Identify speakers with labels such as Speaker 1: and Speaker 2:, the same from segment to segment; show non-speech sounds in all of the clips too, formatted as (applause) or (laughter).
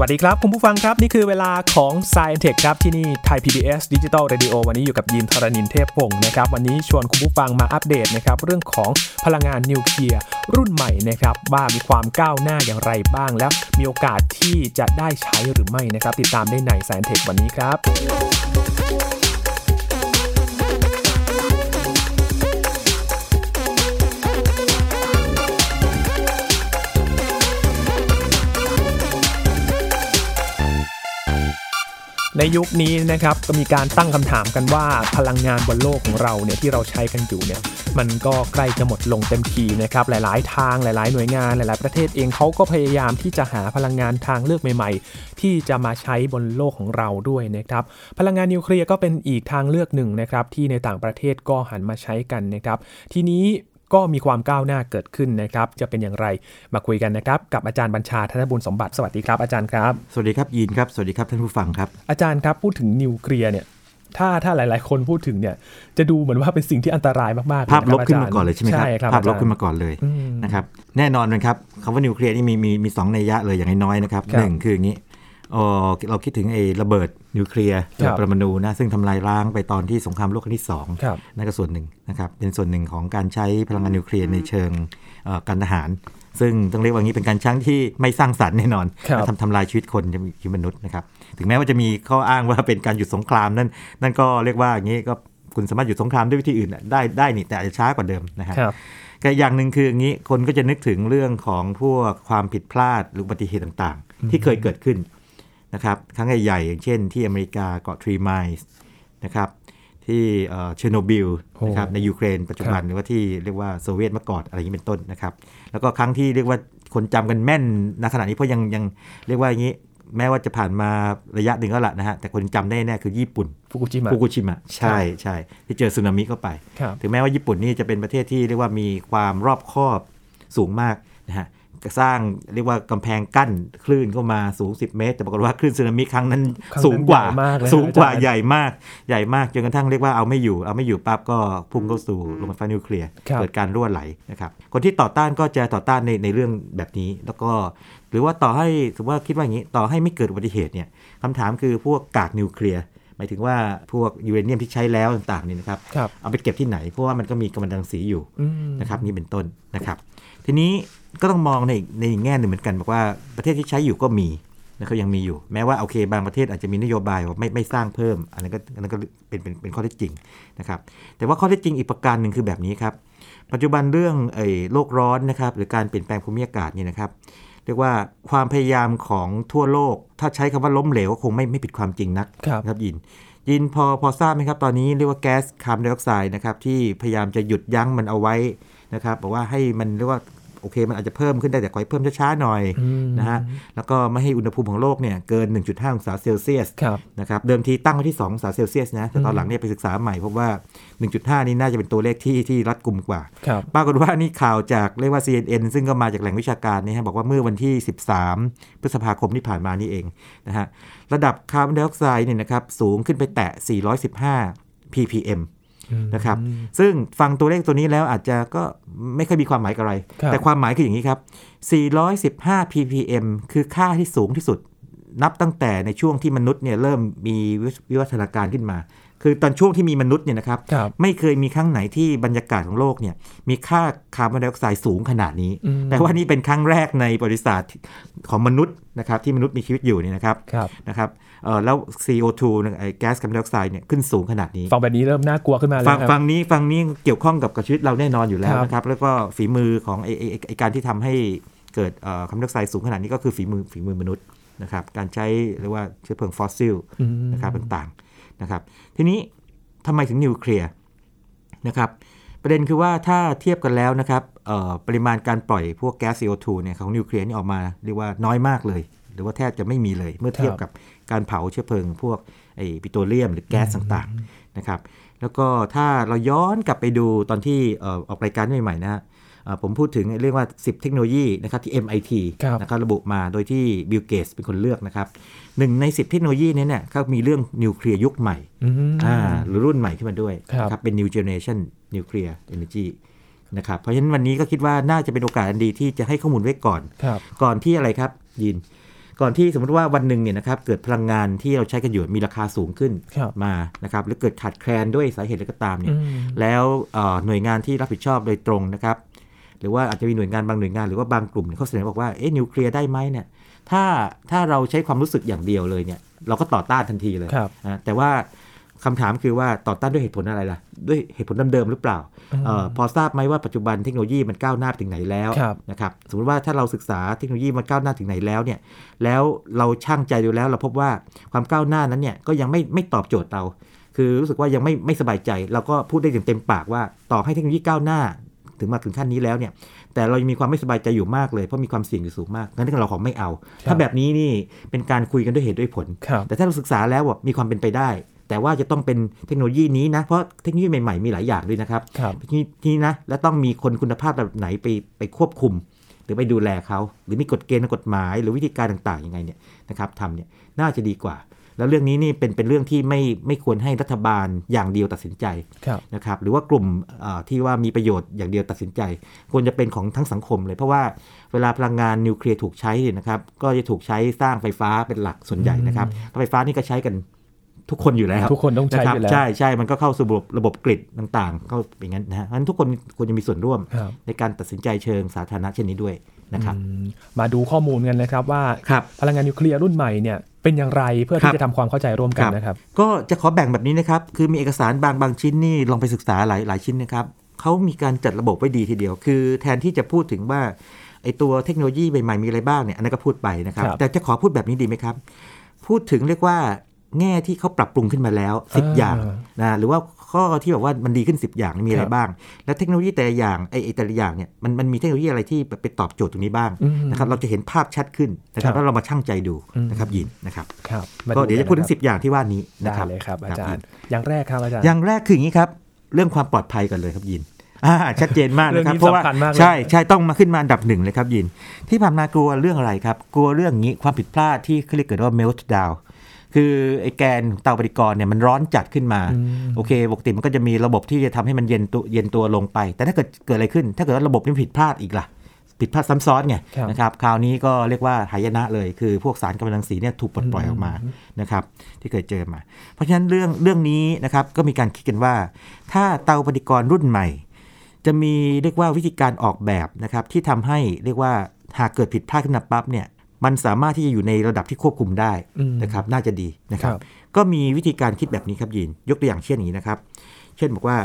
Speaker 1: วัสดีครับ คุณผู้ฟังครับ นี่คือเวลาของ s c i e n t e c h ครับ ที่นี่ไทย PBS Digital Radio วันนี้อยู่กับยีนทรณินเทพพงศ์นะครับ วันนี้ชวนคุณผู้ฟังมาอัปเดตนะครับ เรื่องของพลังงานนิวเคลียร์รุ่นใหม่นะครับ ว่ามีความก้าวหน้าอย่างไรบ้าง แล้วมีโอกาสที่จะได้ใช้หรือไม่นะครับ ติดตามได้ใน s c i e n t e c h วันนี้ครับ ในยุคนี้นะครับก็มีการตั้งคำถามกันว่าพลังงานบนโลกของเราเนี่ยที่เราใช้กันอยู่เนี่ยมันก็ใกล้จะหมดลงเต็มทีนะครับหลายๆ ทางหลาย ๆ หน่วยงานหลาย ๆ ประเทศเองเขาก็พยายามที่จะหาพลังงานทางเลือกใหม่ ๆ ที่จะมาใช้บนโลกของเราด้วยนะครับพลังงานนิวเคลียร์ก็เป็นอีกทางเลือกหนึ่งนะครับที่ในต่างประเทศก็หันมาใช้กันนะครับทีนี้ก็มีความก้าวหน้าเกิดขึ้นนะครับจะเป็นอย่างไรมาคุยกันนะครับกับอาจารย์บัญชาธนบุญสมบัติสวัสดีครับอาจารย์ครับ
Speaker 2: สวัสดีครับยีนครับ สวัสดีครับท่านผู้ฟังครับ
Speaker 1: อาจารย์ครับพูดถึงนิวเคลียร์เนี่ยถ้าถ้าหลาย ๆ คนพูดถึงเนี่ยจะดูเหมือนว่าเป็นสิ่งที่อันตรายมากๆ
Speaker 2: ภาพลบขึ้น
Speaker 1: นะ
Speaker 2: มาก่อนเลยใช่ไหมครับ
Speaker 1: ใช่ครับ
Speaker 2: ภาพลบ
Speaker 1: อจรย์
Speaker 2: ขึ้นมาก่อนเลย
Speaker 1: อืม
Speaker 2: นะครับแน่นอนนะครับคำว่านิวเคลียร์นี่มีมีมีสองนัยยะเลยอย่างน้อยๆนะครับ
Speaker 1: ครับ
Speaker 2: หนึ่งคืออย่างนี้เอ่อเราคิดถึงไอ้ระเบิดนิวเคลียร์
Speaker 1: ครับ
Speaker 2: ปรมาณูนะซึ่งทำลายล้างไปตอนที่สงครามโลกครั้งที่สอง
Speaker 1: ครับ
Speaker 2: นั่นก็ส่วนหนึ่งนะครับ เป็นส่วนหนึ่งของการใช้พลังงานนิวเคลียร์ในเชิงเอ่อการทหาร ซึ่งต้องเรียกว่างี้เป็นการช่างที่ไม่สร้างสรรค์แน่นอน
Speaker 1: ครับ
Speaker 2: ทำทำลายชีวิตคนชีวิตมนุษย์นะครับ ถึงแม้ว่าจะมีข้ออ้างว่าเป็นการหยุดสงครามนั่นนั่นก็เรียกว่าอย่างนี้ก็คุณสามารถหยุดสงครามด้วยวิธีอื่นน่ะได้ได้นี่แต่อาจจะช้ากว่าเดิมนะฮะ
Speaker 1: ครับ
Speaker 2: ก็อย่างหนึ่งคืออย่างนี้คนก็จะนึกถึงเรื่องของพวกความผิดพลาดหรืออุบัติเหตุต่างๆ ที่เคยเกิดขึ้นนะครับครั้งใหญ่ๆอย่างเช่นที่อเมริกาเกาะทรีไมล์นะครับที่เชอร์โนบิล
Speaker 1: โอ้
Speaker 2: นะครับในยูเครนปัจจุบันหรือว่าที่เรียกว่าโซเวียตเมื่อก่อนอะไรอย่างนี้เป็นต้นนะครับแล้วก็ครั้งที่เรียกว่าคนจำกันแม่นณขณะนี้เพราะยังยังเรียกว่าอย่างนี้แม้ว่าจะผ่านมาระยะหนึ่งก็ละนะฮะแต่คนจำได้แน่คือญี่ปุ่น
Speaker 1: ฟุกุจิมะ
Speaker 2: ฟุกุชิมะใช่ใช่ที่เจอสึนามิเข้าไป
Speaker 1: ครับ
Speaker 2: ถึงแม้ว่าญี่ปุ่นนี่จะเป็นประเทศที่เรียกว่ามีความรอบคอบสูงมากนะฮะสร้างเรียกว่ากำแพงกั้นคลื่นเข้ามาสูง 10 เมตร แต่ปรากฏว่าคลื่นสึนามิครั้งนั้น
Speaker 1: ครั้งนั้น
Speaker 2: สูงกว่า
Speaker 1: ใหญ่มากเลย
Speaker 2: สูงกว่า
Speaker 1: อาจารย์
Speaker 2: ใหญ่มากใหญ่มากจนกระทั่งเรียกว่าเอาไม่อยู่เอาไม่อยู่ปั๊บก็พุ่งเข้าสู่โรงไฟฟ้านิวเคลียร์
Speaker 1: ครับ
Speaker 2: เกิดการรั่วไหลนะครับคนที่ต่อต้านก็จะต่อต้านในในเรื่องแบบนี้ แล้วก็ หรือว่าต่อให้สมมติว่าคิดว่าอย่างนี้ต่อให้ไม่เกิดอุบัติเหตุเนี่ย คำถามคือพวกกากนิวเคลียร์หมายถึงว่าพวกยูเรเนียมที่ใช้แล้วต่างๆนี่นะครับ
Speaker 1: ครับ
Speaker 2: เอาไปเก็บที่ไหน เพราะว่ามันก็มีกัมมันตรังสีอยู่
Speaker 1: อืม
Speaker 2: นะครับนี่เป็นต้นนะครับ ทีนี้ก็ต้องมองในอีกในอีกแง่หนึ่งเหมือนกันบอกว่าประเทศที่ใช้อยู่ก็มีนะครับยังมีอยู่ แม้ว่าโอเค บางประเทศอาจจะมีนโยบายว่าไม่ไม่สร้างเพิ่ม อันนั้นก็อันนั้นก็เป็นเป็นเป็นข้อเท็จจริงนะครับ แต่ว่าข้อเท็จจริงอีกประการหนึ่งคือแบบนี้ครับ ปัจจุบันเรื่องไอ้โลกร้อนนะครับหรือการเปลี่ยนแปลงภูมิอากาศเนี่ยนะครับ เรียกว่าความพยายามของทั่วโลก ถ้าใช้คำว่าล้มเหลวก็คงไม่ไม่ผิดความจริงนัก
Speaker 1: ครับ
Speaker 2: นะครับยิน ยินพอพอทราบไหมครับ ตอนนี้เรียกว่าแก๊สคาร์บอนไดออกไซด์นะครับที่พยายามจะหยุดยั้งมันเอาไว้นะครับบอกว่าให้มันเรียกว่าโอเคมันอาจจะเพิ่มขึ้นได้แต่ขอให้เพิ่มช้าๆหน่อย
Speaker 1: อืม
Speaker 2: นะฮะแล้วก็ไม่ให้อุณหภูมิของโลกเนี่ยเกิน 1.5 องศาเซลเซียส
Speaker 1: ครับ
Speaker 2: นะครับเดิมทีตั้งไว้ที่ 2 องศาเซลเซียสนะแต่ตอ
Speaker 1: อื
Speaker 2: น
Speaker 1: ม
Speaker 2: หลังเนี่ยไปศึกษาใหม่พบว่า 1.5 นี่น่าจะเป็นตัวเลขที่ที่รัดกุมกว่า
Speaker 1: ครับ
Speaker 2: ปรากฏว่านี่ข่าวจากเรียกว่า CNN ซึ่งก็มาจากแหล่งวิชาการนี่ฮะบอกว่าเมื่อวันที่ 13 พฤษภาคมที่ผ่านมานี่เองนะฮะระดับคาร์บอนไดออกไซด์เนี่ยนะครับสูงขึ้นไปแตะ 415 ppm นะครับซึ่งฟังตัวเลขตัวนี้แล้วอาจจะก็ไม่ค่อยมีความหมายกับอะไร
Speaker 1: ครับ
Speaker 2: แต่ความหมายคืออย่างนี้ครับ 415 ppm คือค่าที่สูงที่สุด นับตั้งแต่ในช่วงที่มนุษย์เนี่ยเริ่มมีวิวัฒนาการขึ้นมา คือตอนช่วงที่มีมนุษย์เนี่ยนะครับ
Speaker 1: ครับ
Speaker 2: ไม่เคยมีครั้งไหนที่บรรยากาศของโลกเนี่ยมีค่าคาร์บอนไดออกไซด์สูงขนาดนี้
Speaker 1: อืม
Speaker 2: แต่ว่านี่เป็นครั้งแรกในประวัติศาสตร์ของมนุษย์นะครับที่มนุษย์มีชีวิตอยู่เนี่ยนะครับ
Speaker 1: ครับ
Speaker 2: นะครับเอ่อแล้ว CO2 นะไอ้แก๊สคาร์บอนไดออกไซด์เนี่ยขึ้นสูงขนาดนี้
Speaker 1: ฟังแบบนี้เริ่มน่ากลัวขึ้นมาแล้ว
Speaker 2: ฟัง
Speaker 1: ครับ
Speaker 2: ฟังนี้ฟังนี้เกี่ยวข้องกับกับชีวิตเราแน่นอนอยู่แล้
Speaker 1: ค
Speaker 2: ว
Speaker 1: รับ
Speaker 2: นะครับ แล้วก็ฝีมือของไอไอ้ไอ้ไอการที่ทำให้เกิดเอ่อคาร์บอนไดออกไซด์สูงขนาดนี้ก็คือฝีมือฝีมือมนุษย์นะครับการใช้เรียกว่าเชื้อเพลิงฟอสซิล
Speaker 1: อืม
Speaker 2: นะครับต่างๆนะครับทีนี้ทำไมถึงนิวเคลียร์นะครับประเด็นคือว่าถ้าเทียบกันแล้วนะครับเอ่อปริมาณการปล่อยพวกแก๊ส CO2 เนี่ยของนิวเคลียร์นี่ออกมาเรียกว่าน้อยมากเลย หรือว่าแทบจะไม่มีเลยเมื่อเทียบกับการเผาเชื้อเพลิงพวกไอปิโตรเลียมหรือแก๊สต่างๆนะครับ แล้วก็ถ้าเราย้อนกลับไปดูตอนที่เอ่อออกรายการใหม่ๆนะฮะเอ่อผมพูดถึงเรื่องว่า 10 เทคโนโลยีนะครับที่ MIT
Speaker 1: ครับ
Speaker 2: นะครับระบุมาโดยที่บิลเกตเป็นคนเลือกนะครับหนึ่งใน 10 เทคโนโลยีนี้เนี่ยเขามีเรื่องนิวเคลียร์ยุคใหม่
Speaker 1: อืม
Speaker 2: อ่าหรือรุ่นใหม่ขึ้นมาด้วย
Speaker 1: ครับ
Speaker 2: นะครับเป็น new generation nuclear energy นะครับเพราะฉะนั้นวันนี้ก็คิดว่าน่าจะเป็นโอกาสอันดีที่จะให้ข้อมูลไว้ก่อน
Speaker 1: ครับ
Speaker 2: ก่อนที่อะไรครับยิน ก่อนที่สมมติว่าวันหนึ่งเนี่ยนะครับเกิดพลังงานที่เราใช้กันอยู่มีราคาสูงขึ้น
Speaker 1: ครับ
Speaker 2: มานะครับหรือเกิดขาดแคลนด้วยสาเหตุอะไรก็ตามเนี่ย
Speaker 1: อืม
Speaker 2: แล้วเอ่อหน่วยงานที่รับผิดชอบโดยตรงนะครับ หรือว่าอาจจะมีหน่วยงานบางหน่วยงานหรือว่าบางกลุ่มเนี่ยเขาเสนอบอกว่าเอ๊ะนิวเคลียร์ได้ไหมเนี่ยถ้าถ้าเราใช้ความรู้สึกอย่างเดียวเลยเนี่ยเราก็ต่อต้านทันทีเลย
Speaker 1: ครับ
Speaker 2: อ่ะแต่ว่าคำถามคือว่าต่อต้านด้วยเหตุผลอะไรล่ะ ด้วยเหตุผลเดิมๆหรือเปล่าเออพอทราบไหมว่าปัจจุบันเทคโนโลยีมันก้าวหน้าไปถึงไหนแล้ว
Speaker 1: ครับ
Speaker 2: นะครับสมมติว่าถ้าเราศึกษาเทคโนโลยีมันก้าวหน้าถึงไหนแล้วเนี่ยแล้วเราช่างใจดูแล้วเราพบว่าความก้าวหน้านั้นเนี่ยก็ยังไม่ไม่ตอบโจทย์เรา คือรู้สึกว่ายังไม่ไม่สบายใจ เราก็พูดได้อย่างเต็มปากว่าต่อให้เทคโนโลยีก้าวหน้า ถึงมาถึงขั้นนี้แล้วเนี่ยแต่เรายังมีความไม่สบายใจอยู่มากเลย เพราะมีความเสี่ยงอยู่สูงมากงั้นเราขอไม่เอา
Speaker 1: ครับ
Speaker 2: ถ้าแบบนี้นี่เป็นการคุยกันด้วยเหตุด้วยผล
Speaker 1: ครับ
Speaker 2: แต่ถ้าเราศึกษาแล้วว่ามีความเป็นไปได้ แต่ว่าจะต้องเป็นเทคโนโลยีนี้นะ เพราะเทคโนโลยีใหม่ๆมีหลายอย่างด้วยนะครับ
Speaker 1: ครับ
Speaker 2: เทคโนโลยีนี้นะและต้องมีคนคุณภาพแบบไหนไปไปควบคุม หรือไปดูแลเขาหรือมีกฎเกณฑ์ทางกฎหมาย หรือวิธีการต่างๆยังไงเนี่ยนะครับทำเนี่ยน่าจะดีกว่า แล้วเรื่องนี้นี่เป็นเป็นเรื่องที่ไม่ไม่ควรให้รัฐบาลอย่างเดียวตัดสินใจ
Speaker 1: ครับ
Speaker 2: นะครับหรือว่ากลุ่มเอ่อที่ว่ามีประโยชน์อย่างเดียวตัดสินใจ ควรจะเป็นของทั้งสังคมเลย เพราะว่าเวลาพลังงานนิวเคลียร์ถูกใช้เนี่ยนะครับก็จะถูกใช้สร้างไฟฟ้าเป็นหลักส่วนใหญ่นะครับแล้วไฟฟ้านี่ก็ใช้กันทุกคนอยู่แล้ว
Speaker 1: ทุกคนต้องใช้
Speaker 2: ะ
Speaker 1: อ
Speaker 2: รับ
Speaker 1: ยู่แล้ว
Speaker 2: ใช่ใช่มันก็เข้าสู่ระบบระบบกริดต่างๆเข้าไปอย่างนั้นนะฮะงั้นทุกคนควรจะมีส่วนร่วม
Speaker 1: ครับ
Speaker 2: ในการตัดสินใจเชิงสาธารณะเช่นนี้ด้วยนะครับ
Speaker 1: อืมมาดูข้อมูลกันนะครับว่า
Speaker 2: ครับ
Speaker 1: พลังงานนิวเคลียร์รุ่นใหม่เนี่ยเป็นอย่างไรเพื่อ
Speaker 2: ครั
Speaker 1: ที่
Speaker 2: บ
Speaker 1: จะทำความเข้าใจร่วมกันนะครับ
Speaker 2: ก็จะขอแบ่งแบบนี้นะครับ คือมีเอกสารบางบางชิ้นนี่ลองไปศึกษาหลายหลายชิ้นนะครับ เขามีการจัดระบบไว้ดีทีเดียว คือแทนที่จะพูดถึงว่าไอตัวเทคโนโลยีใหม่ๆมีอะไรบ้างเนี่ย อันนั้นก็พูดไปนะครับ
Speaker 1: ครับ
Speaker 2: แต่จะขอพูดแบบนี้ดีไหมครับ พูดถึงเรียกว่าแง่ที่เขาปรับปรุงขึ้นมาแล้ว
Speaker 1: อ่า
Speaker 2: 10 อย่างนะหรือว่าข้อที่แบบว่ามันดีขึ้น 10 อย่างมีอะไร
Speaker 1: ครับ
Speaker 2: บ้าง และเทคโนโลยีแต่ละอย่างไอไอ้แต่ละอย่างเนี่ยมันมันมีเทคโนโลยีอะไรที่แบบไปตอบโจทย์ตรงนี้บ้าง
Speaker 1: อืม
Speaker 2: นะครับ เราจะเห็นภาพชัดขึ้นนะครั
Speaker 1: ครั
Speaker 2: บ
Speaker 1: บ
Speaker 2: แล้วเรามาชั่งใจดู
Speaker 1: อืม
Speaker 2: นะครับยินนะครับ
Speaker 1: ครับมา
Speaker 2: ก็เดี๋ยวจะพูดถึง
Speaker 1: นน
Speaker 2: สิบอย่างที่ว่านี้
Speaker 1: ค
Speaker 2: นะ
Speaker 1: รับ
Speaker 2: ครั
Speaker 1: ได้
Speaker 2: บ
Speaker 1: เลยครับอาจารย์ อย่างแรกครับอาจารย์
Speaker 2: อย่างแรกคืออย่างนี้ครับ เรื่องความปลอดภัยก่อนเลยครับยินอ่าชัดเจนมาก
Speaker 1: เรื่อง
Speaker 2: นะครั
Speaker 1: นี้
Speaker 2: บเพราะว่า
Speaker 1: สำคัญมากเลย
Speaker 2: ใช่ใช่ต้องมาขึ้นมาอันดับหนึ่งเลยครับยิน ที่ผ่านมากลัวเรื่องอะไรครับ กลัวเรื่องนี้ความผิดพลาดที่เขาเรียกเกิดว่า meltdown คือไอ้แกนของเตาปฏิกรณ์เนี่ยมันร้อนจัดขึ้นมา โอเคปกติมันก็จะมีระบบที่จะทำให้มันเย็นตัวเย็นตัวลงไป แต่ถ้าเกิดเกิดอะไรขึ้น ถ้าเกิดว่าระบบนี้ผิดพลาดอีกล่ะ ผิดพลาดซ้ำซ้อนไง
Speaker 1: ครับ
Speaker 2: นะครับคราวนี้ก็เรียกว่าหายนะเลยคือพวกสารกำมะถันรังสีเนี่ยถูกปลดปล่อยออกมานะครับที่เคยเจอมา เพราะฉะนั้นเรื่องเรื่องนี้นะครับก็มีการคิดกันว่า ถ้าเตาปฏิกรณ์รุ่นใหม่ จะมีเรียกว่าวิธีการออกแบบนะครับที่ทำให้เรียกว่าหากเกิดผิดพลาดขึ้นมาปั๊บเนี่ยมันสามารถที่จะอยู่ในระดับที่ควบคุมได้
Speaker 1: อืม
Speaker 2: นะครับน่าจะดีนะครั
Speaker 1: ครับ บ
Speaker 2: ก็มีวิธีการคิดแบบนี้ครับยิน ยกตัวอย่างเช่นอย่างนี้นะครับ เช่นบอกว่า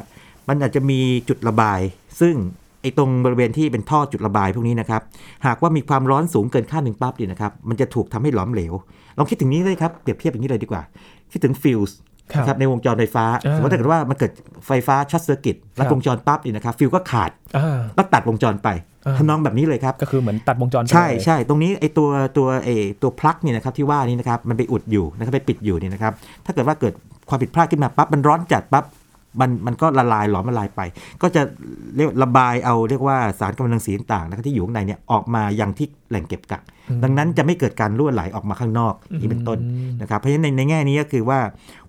Speaker 2: มันอาจจะมีจุดระบาย ซึ่งไอ้ตรงบริเวณที่เป็นท่อจุดระบายพวกนี้นะครับ หากว่ามีความร้อนสูงเกินค่าหนึ่งปั๊บเนี่ยนะครับ มันจะถูกทำให้หลอมเหลว ลองคิดถึงนี้เลยครับ เปรียบเทียบอย่างนี้เลยดีกว่า คิดถึงฟิวส์
Speaker 1: ครับ
Speaker 2: นะครับในวงจรไฟฟ้า
Speaker 1: อ่า
Speaker 2: สมมติถ้าเกิดว่ามันเกิดไฟฟ้าช็อตเซอร์กิตรัดวงจรปั๊บเนี่ยนะครับฟิวส์ก็ขาด
Speaker 1: อ่า
Speaker 2: ก็ตัดวงจรไป
Speaker 1: อ่า
Speaker 2: ทำนองแบบนี้เลยครับ
Speaker 1: ก็คือเหมือนตัดวงจรไป
Speaker 2: ใช่
Speaker 1: เลย
Speaker 2: ใช่ตรงนี้ไอตัวตัวไอตัวพลั๊กเนี่ยนะครับที่ว่านี่นะครับมันไปอุดอยู่นะครับไปปิดอยู่เนี่ยนะครับถ้าเกิดว่าเกิดความผิดพลาดขึ้นมาปั๊บมันร้อนจัดปั๊บมันมันก็ละลายหลอมละลายไป ก็จะเรียกระบายเอาเรียกว่าสารกำมะถันรังสีต่างๆนะครับที่อยู่ข้างในเนี่ยออกมายังที่แหล่งเก็บกักดังนั้นจะไม่เกิดการรั่วไหลออกมาข้างนอกอย่างนี้เป็นต้นนะครับเพราะฉะนั้นในในแง่นี้ก็คือว่า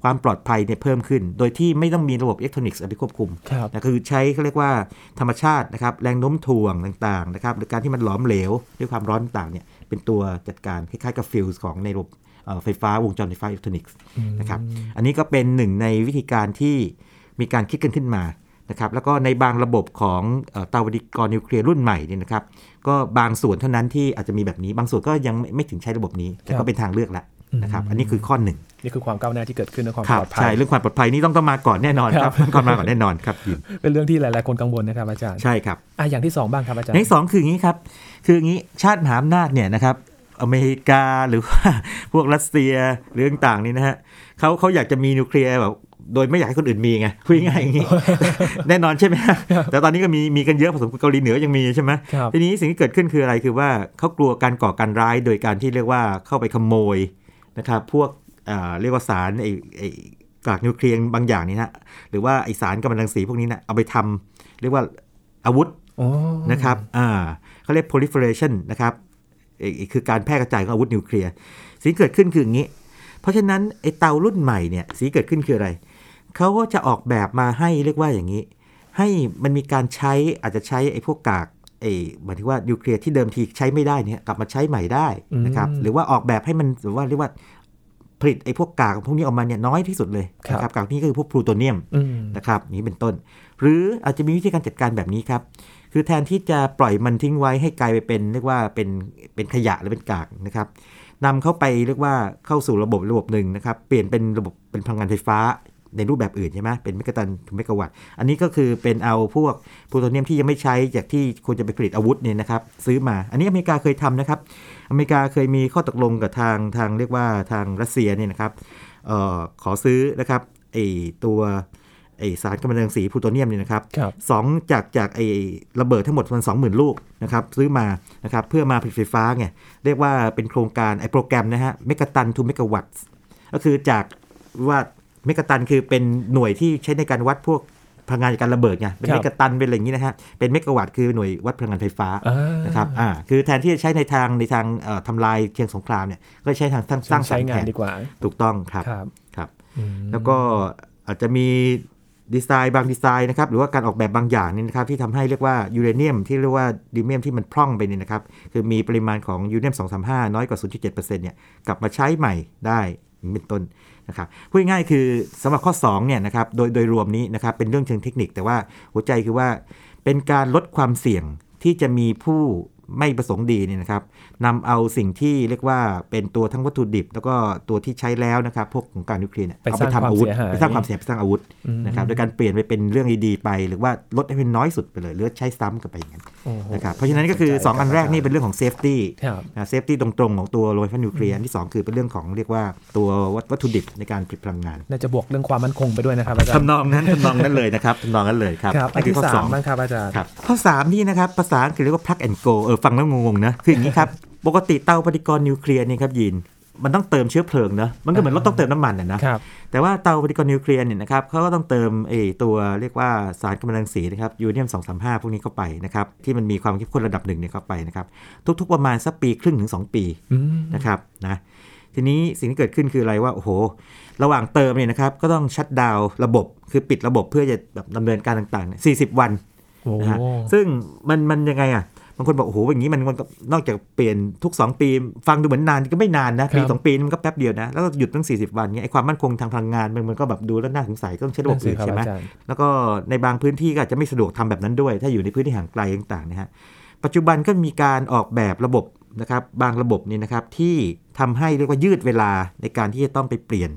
Speaker 2: ความปลอดภัยเนี่ยเพิ่มขึ้น โดยที่ไม่ต้องมีระบบอิเล็กทรอนิกส์อะไรควบคุม
Speaker 1: ครับ
Speaker 2: นะคือใช้เขาเรียกว่าธรรมชาตินะครับแรงโน้มถ่วงต่างๆนะครับหรือการที่มันหลอมเหลวด้วยความร้อนต่างๆเนี่ยเป็นตัวจัดการคล้ายๆกับฟิวส์ของในระบบเอ่อไฟฟ้าวงจรไฟฟ้าอิเล็กทรอนิกส์นะครับอันนี้ก็เป็นหนึ่งในวิธีการที่มีการคิดกันขึ้นมานะครับแล้วก็ในบางระบบของเอ่อเตาปฏิกรณ์นิวเคลียร์รุ่นใหม่เนี่ยนะครับก็บางส่วนเท่านั้นที่อาจจะมีแบบนี้ บางส่วนก็ยังไม่ไม่ถึงใช้ระบบนี้แต่
Speaker 1: ครั
Speaker 2: ก็
Speaker 1: บ
Speaker 2: เป็นทางเลือกละนะครับอันนี้คือข้อหนึ่ง
Speaker 1: นี่คือความก้าวหน้าที่เกิดขึ้นในความ
Speaker 2: ค
Speaker 1: ป
Speaker 2: รับ
Speaker 1: ลอดภั
Speaker 2: ใช่
Speaker 1: ย
Speaker 2: เรื่องความปลอดภัยนี่ต้องต้องมาก่อนแน่นอนครับ
Speaker 1: ครับ
Speaker 2: ก่อนมาก่อนแน่นอนครับยิน
Speaker 1: เป็นเรื่องที่หลาย ๆ คนกังวลนะครับอาจารย์
Speaker 2: ใช่ครับ
Speaker 1: อ่ะอย่างที่สองบ้างครับอาจาร
Speaker 2: ใน
Speaker 1: ย์
Speaker 2: ที่สองคืออย่างนี้ครับ คืออย่างนี้ชาติมหาอำนาจเนี่ยนะครับ อเมริกาหรือว่า พวกรัสเซียหรือต่างๆนี่นะฮะเขาเขาอยากจะมีนิวเคลียร์แบบโดยไม่อยากให้คนอื่นมีไง (laughs) คุยง่ายๆอย่าง
Speaker 1: (laughs)
Speaker 2: นี้ แน่นอนใช่ไหมฮะแต่ตอนนี้ก็มีมีกันเยอะพอสมควรเกาหลีเหนือยังมีใช่ไหม
Speaker 1: ครับ
Speaker 2: ทีนี้สิ่งที่เกิดขึ้นคืออะไรคือว่าเขากลัวการก่อการร้ายโดยการที่เรียกว่าเข้าไปขโมยนะครับพวกอ่าเรียกว่าสารไอ้ไอ้กากนิวเคลียร์บางอย่างนี่นะหรือว่าไอสารกัมมันตรังสีพวกนี้นะเอาไปทำเรียกว่าอาวุธ
Speaker 1: อ๋อ
Speaker 2: นะครับ อ่าเขาเรียก proliferation นะครับเอ่อคือการแพร่กระจายของอาวุธนิวเคลียร์สิ่งที่เกิดขึ้นคืออย่างนี้ เพราะฉะนั้นไอ้เตารุ่นใหม่เนี่ยสิ่งที่เกิดขึ้นคืออะไร เขาก็จะออกแบบมาให้เรียกว่าอย่างนี้ ให้มันมีการใช้อาจจะใช้ไอ้พวกกาก เอ่อหมายถึงว่านิวเคลียร์ที่เดิมทีใช้ไม่ได้เนี่ยกลับมาใช้ใหม่ได้นะครับ
Speaker 1: อืม
Speaker 2: หรือว่าออกแบบให้มันหรือว่าเรียกว่าผลิตไอ้พวกกากพวกนี้ออกมาเนี่ยน้อยที่สุดเลย
Speaker 1: ครับ
Speaker 2: นะกากนี่ก็คือพวกพลูโตเนียม
Speaker 1: อืม
Speaker 2: นะครับอย่างนี้เป็นต้น หรืออาจจะมีวิธีการจัดการแบบนี้ครับ คือแทนที่จะปล่อยมันทิ้งไว้ให้กลายไปเป็นเรียกว่าเป็นเป็นขยะหรือเป็นกากนะครับนำเข้าไปเรียกว่าเข้าสู่ระบบระบบหนึ่งนะครับ เปลี่ยนเป็นระบบเป็นพลังงานไฟฟ้าในรูปแบบอื่นใช่ไหมเป็นเมกะตันถึงเมกะวัตต์อันนี้ก็คือเป็นเอาพวกพลูโตเนียมที่ยังไม่ใช้จากที่ควรจะไปผลิตอาวุธเนี่ยนะครับ ซื้อมา อันนี้อเมริกาเคยทำนะครับ อเมริกาเคยมีข้อตกลงกับทางทางเรียกว่าทางรัสเซียเนี่ยนะครับเออขอซื้อนะครับไอตัวไอสารกำมะถันรังสีพลูโตเนียมเนี่ยนะครับ
Speaker 1: ครับ
Speaker 2: สองจากจากไอระเบิดทั้งหมดมันสองหมื่นลูกนะครับซื้อมานะครับเพื่อมาผลิตไฟฟ้าไงเรียกว่าเป็นโครงการไอโปรแกรมนะฮะเมกะตันทูเมกะวัตต์ก็คือจากว่าเมกะตันคือเป็นหน่วยที่ใช้ในการวัดพวกพลังงานจากการระเบิดไงเป็น
Speaker 1: ครับ
Speaker 2: เมกะตันเป็นอะไรอย่างนี้นะฮะเป็นเมกะวัตต์คือหน่วยวัดพลังงานไฟฟ้า
Speaker 1: อ่า
Speaker 2: นะครับ อ่า คือแทนที่จะใช้ในทางในทางเอ่อทำลายเชิงสงครามเนี่ย ก็ใช้ทางสร้างสร้างสร
Speaker 1: ใช้
Speaker 2: รค์
Speaker 1: งา
Speaker 2: แท
Speaker 1: น
Speaker 2: น
Speaker 1: ดีกว่า
Speaker 2: ถูกต้องครับ
Speaker 1: ครับ
Speaker 2: ครับ
Speaker 1: อืม
Speaker 2: แล้วก็อาจจะมีดีไซน์บางดีไซน์นะครับ หรือว่าการออกแบบบางอย่างนี่นะครับที่ทำให้เรียกว่ายูเรเนียมที่เรียกว่าดิเมียมที่มันพร่องไปเนี่ยนะครับ คือมีปริมาณของยูเรเนียม 235 น้อยกว่า 0.7%เนี่ยกลับมาใช้ใหม่ได้อย่างนี้เป็นต้นนะครับพูดง่ายๆคือสำหรับข้อ2เนี่ยนะครับโดยโดยรวมนี้นะครับเป็นเรื่องเชิงเทคนิค แต่ว่าหัวใจคือว่าเป็นการลดความเสี่ยงที่จะมีผู้ไม่ประสงค์ดีเนี่ยนะครับนำเอาสิ่งที่เรียกว่าเป็นตัวทั้งวัตถุดิบ แล้วก็ตัวที่ใช้แล้วนะครับพวกของการนิวเคลียร์เนี่ย
Speaker 1: ไป
Speaker 2: เอา
Speaker 1: ส
Speaker 2: ไป
Speaker 1: ร้าง
Speaker 2: ทำอาวุธ
Speaker 1: ความเสียหาย
Speaker 2: ไปสร้างความเสียหายไปสร้างอาวุธ
Speaker 1: อืม
Speaker 2: นะครับโดยการเปลี่ยนไปเป็นเรื่องดีๆไป หรือว่าลดให้เป็นน้อยสุดไปเลยหรือใช้ซ้ำกันไปอย่างนั้น
Speaker 1: โอ้โห
Speaker 2: นะครับเพราะฉะนั้นก็คือ 2 อันแรกนี่เป็นเรื่องของเซฟตี้
Speaker 1: ครับ
Speaker 2: เซฟตี้ตรงๆ ของตัวโรงไฟฟ้านิวเคลียร์อันที่ 2 คือเป็นเรื่องของเรียกว่าตัววัตถุดิบในการผลิตพลังงาน
Speaker 1: น่าจะบวกเรื่องความมั่นคงไปด้วยนะครับอาจารย์
Speaker 2: ทำนองนั้นทำนองนั้นเลยนะครับทำนองนั้นเลยครับ
Speaker 1: ครับอัน
Speaker 2: คื
Speaker 1: ที่
Speaker 2: ข้
Speaker 1: สาม
Speaker 2: ง
Speaker 1: บ้างครับอาจารย์
Speaker 2: ครับข้อ 3 นี่นะครับภาษาอังกฤษเรียกว่า plug and go เออฟังแล้วงงๆนะ คืออย่างนี้ครับ ปกติเตาปฏิกรณ์นิวเคลียร์เนี่ยครับยีนมันต้องเติมเชื้อเพลิงนะมันก็เหมือนเราต้องเติมน้ำมันนะนะครับ แต่ว่าเตาปฏิกรณ์นิวเคลียร์เนี่ยนะครับเขาก็ต้องเติมไอ้ตัวเรียกว่าสารกำมะถันรังสีนะครับยูเนียม 235 พวกนี้เข้าไปนะครับที่มันมีความเข้มข้นระดับหนึ่งเนี่ยเข้าไปนะครับทุกๆประมาณสักปีครึ่งถึงสองปี
Speaker 1: อืม
Speaker 2: นะครับนะทีนี้สิ่งที่เกิดขึ้นคืออะไรว่า โอ้โห ระหว่างเติมเนี่ยนะครับ ก็ต้องชัดดาวน์ระบบคือปิดระบบเพื่อจะแบบดำเนินการต่างๆเนี่ย40 วัน
Speaker 1: โอ้
Speaker 2: นะฮะซึ่งมันมันยังไงอ่ะบางคนบอกโอ้โหอย่างนี้มันมันก็นอกจากเปลี่ยนทุก 2 ปีฟังดูเหมือนนานก็ไม่นานนะ ปี
Speaker 1: ครับ
Speaker 2: 2 ปีนี่มันก็แป๊บเดียวนะ แล้วก็หยุดตั้ง 40 วันเนี่ยไอ้ความมั่นคงทางพลังงานมันมันก็แบบดูแล้วน่าสงสัยก็ต้องใช้ระบบอื่นใช่ไหม
Speaker 1: นั่นสิครับอาจารย์
Speaker 2: แล้วก็ในบางพื้นที่ก็อาจจะไม่สะดวกทำแบบนั้นด้วย ถ้าอยู่ในพื้นที่ห่างไกลต่างๆนะฮะปัจจุบันก็มีการออกแบบระบบนะครับบางระบบนี่นะครับที่ทำให้เรียกว่ายืดเวลาในการที่จะต้องไปเปลี่ยน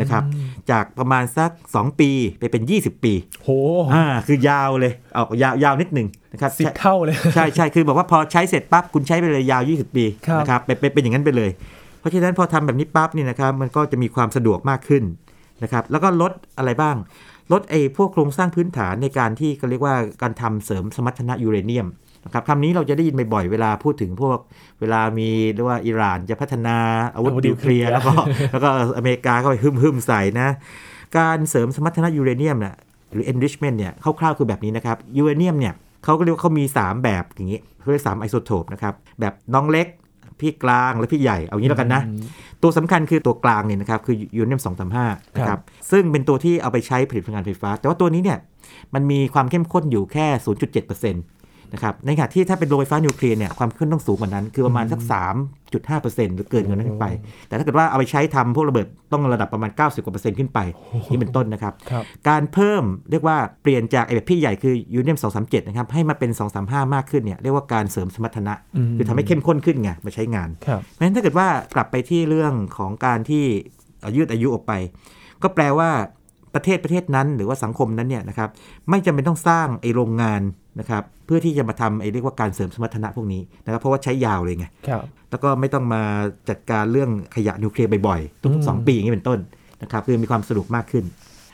Speaker 2: นะครับจากประมาณสัก 2 ปีไปเป็น 20 ปี
Speaker 1: โห
Speaker 2: อ่าคือยาวเลยออกยาวยาวนิดหนึ่งนะครับ
Speaker 1: สิบ
Speaker 2: ใช่
Speaker 1: เท่าเลย
Speaker 2: ใช่ใช่คือแบบว่าพอใช้เสร็จปั๊บคุณใช้ไปเลยยาว 20 ปี
Speaker 1: ครับ
Speaker 2: นะครับเป็นเป็นเป็นอย่างนั้นไปเลย เพราะฉะนั้นพอทำแบบนี้ปั๊บเนี่ยนะครับมันก็จะมีความสะดวกมากขึ้นนะครับแล้วก็ลดอะไรบ้าง ลดไอ้พวกโครงสร้างพื้นฐานในการที่เขาเรียกว่าการทำเสริมสมรรถนะยูเรเนียมนะครับคำนี้เราจะได้ยินบ่อยๆเวลาพูดถึงพวกเวลามีเรียกว่าอิหร่านจะพัฒนาอาวุธ
Speaker 1: อาวุธนิ
Speaker 2: นิ
Speaker 1: ว
Speaker 2: ว
Speaker 1: เค
Speaker 2: เค
Speaker 1: ลี
Speaker 2: ลี
Speaker 1: ย
Speaker 2: ย
Speaker 1: ร์
Speaker 2: ร์แล้วก็ แล้วก็อเมริกาก็ไปฮึ่มๆใส่นะ การเสริมสมรรถนะยูเรเนียมน่ะหรือ enrichment เนี่ยคร่าวๆคือแบบนี้นะครับยูเรเนียมเนี่ยเขาก็เรียกว่าเขามี 3 แบบอย่างนี้เขาเรียกสามไอโซโทปนะครับแบบน้องเล็ก พี่กลางและพี่ใหญ่เอางี้แล้วกันนะ ตัวสำคัญคือตัวกลางเนี่ยนะครับ คือยูเนียม235 นะ
Speaker 1: ค
Speaker 2: ค
Speaker 1: รั
Speaker 2: รับ บ ซึ่งเป็นตัวที่เอาไปใช้ผลิตพลังงานไฟฟ้า แต่ว่าตัวนี้เนี่ย มันมีความเข้มข้นอยู่แค่ 0.7%นะครับ ในขณะที่ถ้าเป็นโรงไฟฟ้านิวเคลียร์เนี่ย ความเข้มข้นต้องสูงกว่านั้น คือประมาณสัก 3.5%หรือเกินกว่านั้นขึ้นไป แต่ถ้าเกิดว่าเอาไปใช้ทำพวกระเบิดต้องระดับประมาณ 90กว่าเปอร์เซ็นต์ขึ้นไป นี่เป็นต้นนะครับ
Speaker 1: ครับ
Speaker 2: การเพิ่มเรียกว่าเปลี่ยนจากไอ้แบบพี่ใหญ่คือยูเนียม237 นะครับ ให้มาเป็น 235 มากขึ้นเนี่ยเรียกว่าการเสริมสมรรถนะ
Speaker 1: อืม
Speaker 2: คือทำให้เข้มข้นขึ้นไงมาใช้งาน
Speaker 1: ครับ
Speaker 2: เพราะฉะนั้นถ้าเกิดว่ากลับไปที่เรื่องของการที่เอ่อยืดอายุออกไป ก็แปลว่าประเทศประเทศนั้นหรือว่าสังคมนั้นเนี่ยนะครับไม่จำเป็นต้องสร้างไอ้โรงงานนะครับเพื่อที่จะมาทำไอ้เรียกว่าการเสริมสมรรถนะพวกนี้นะครับเพราะว่าใช้ยาวเลยไง
Speaker 1: ครับ
Speaker 2: แล้วก็ไม่ต้องมาจัดการเรื่องขยะนิวเคลียร์บ่อยๆทุกๆสองปีอย่างนี้เป็นต้นนะครับคือมีความสะดวกมากขึ้น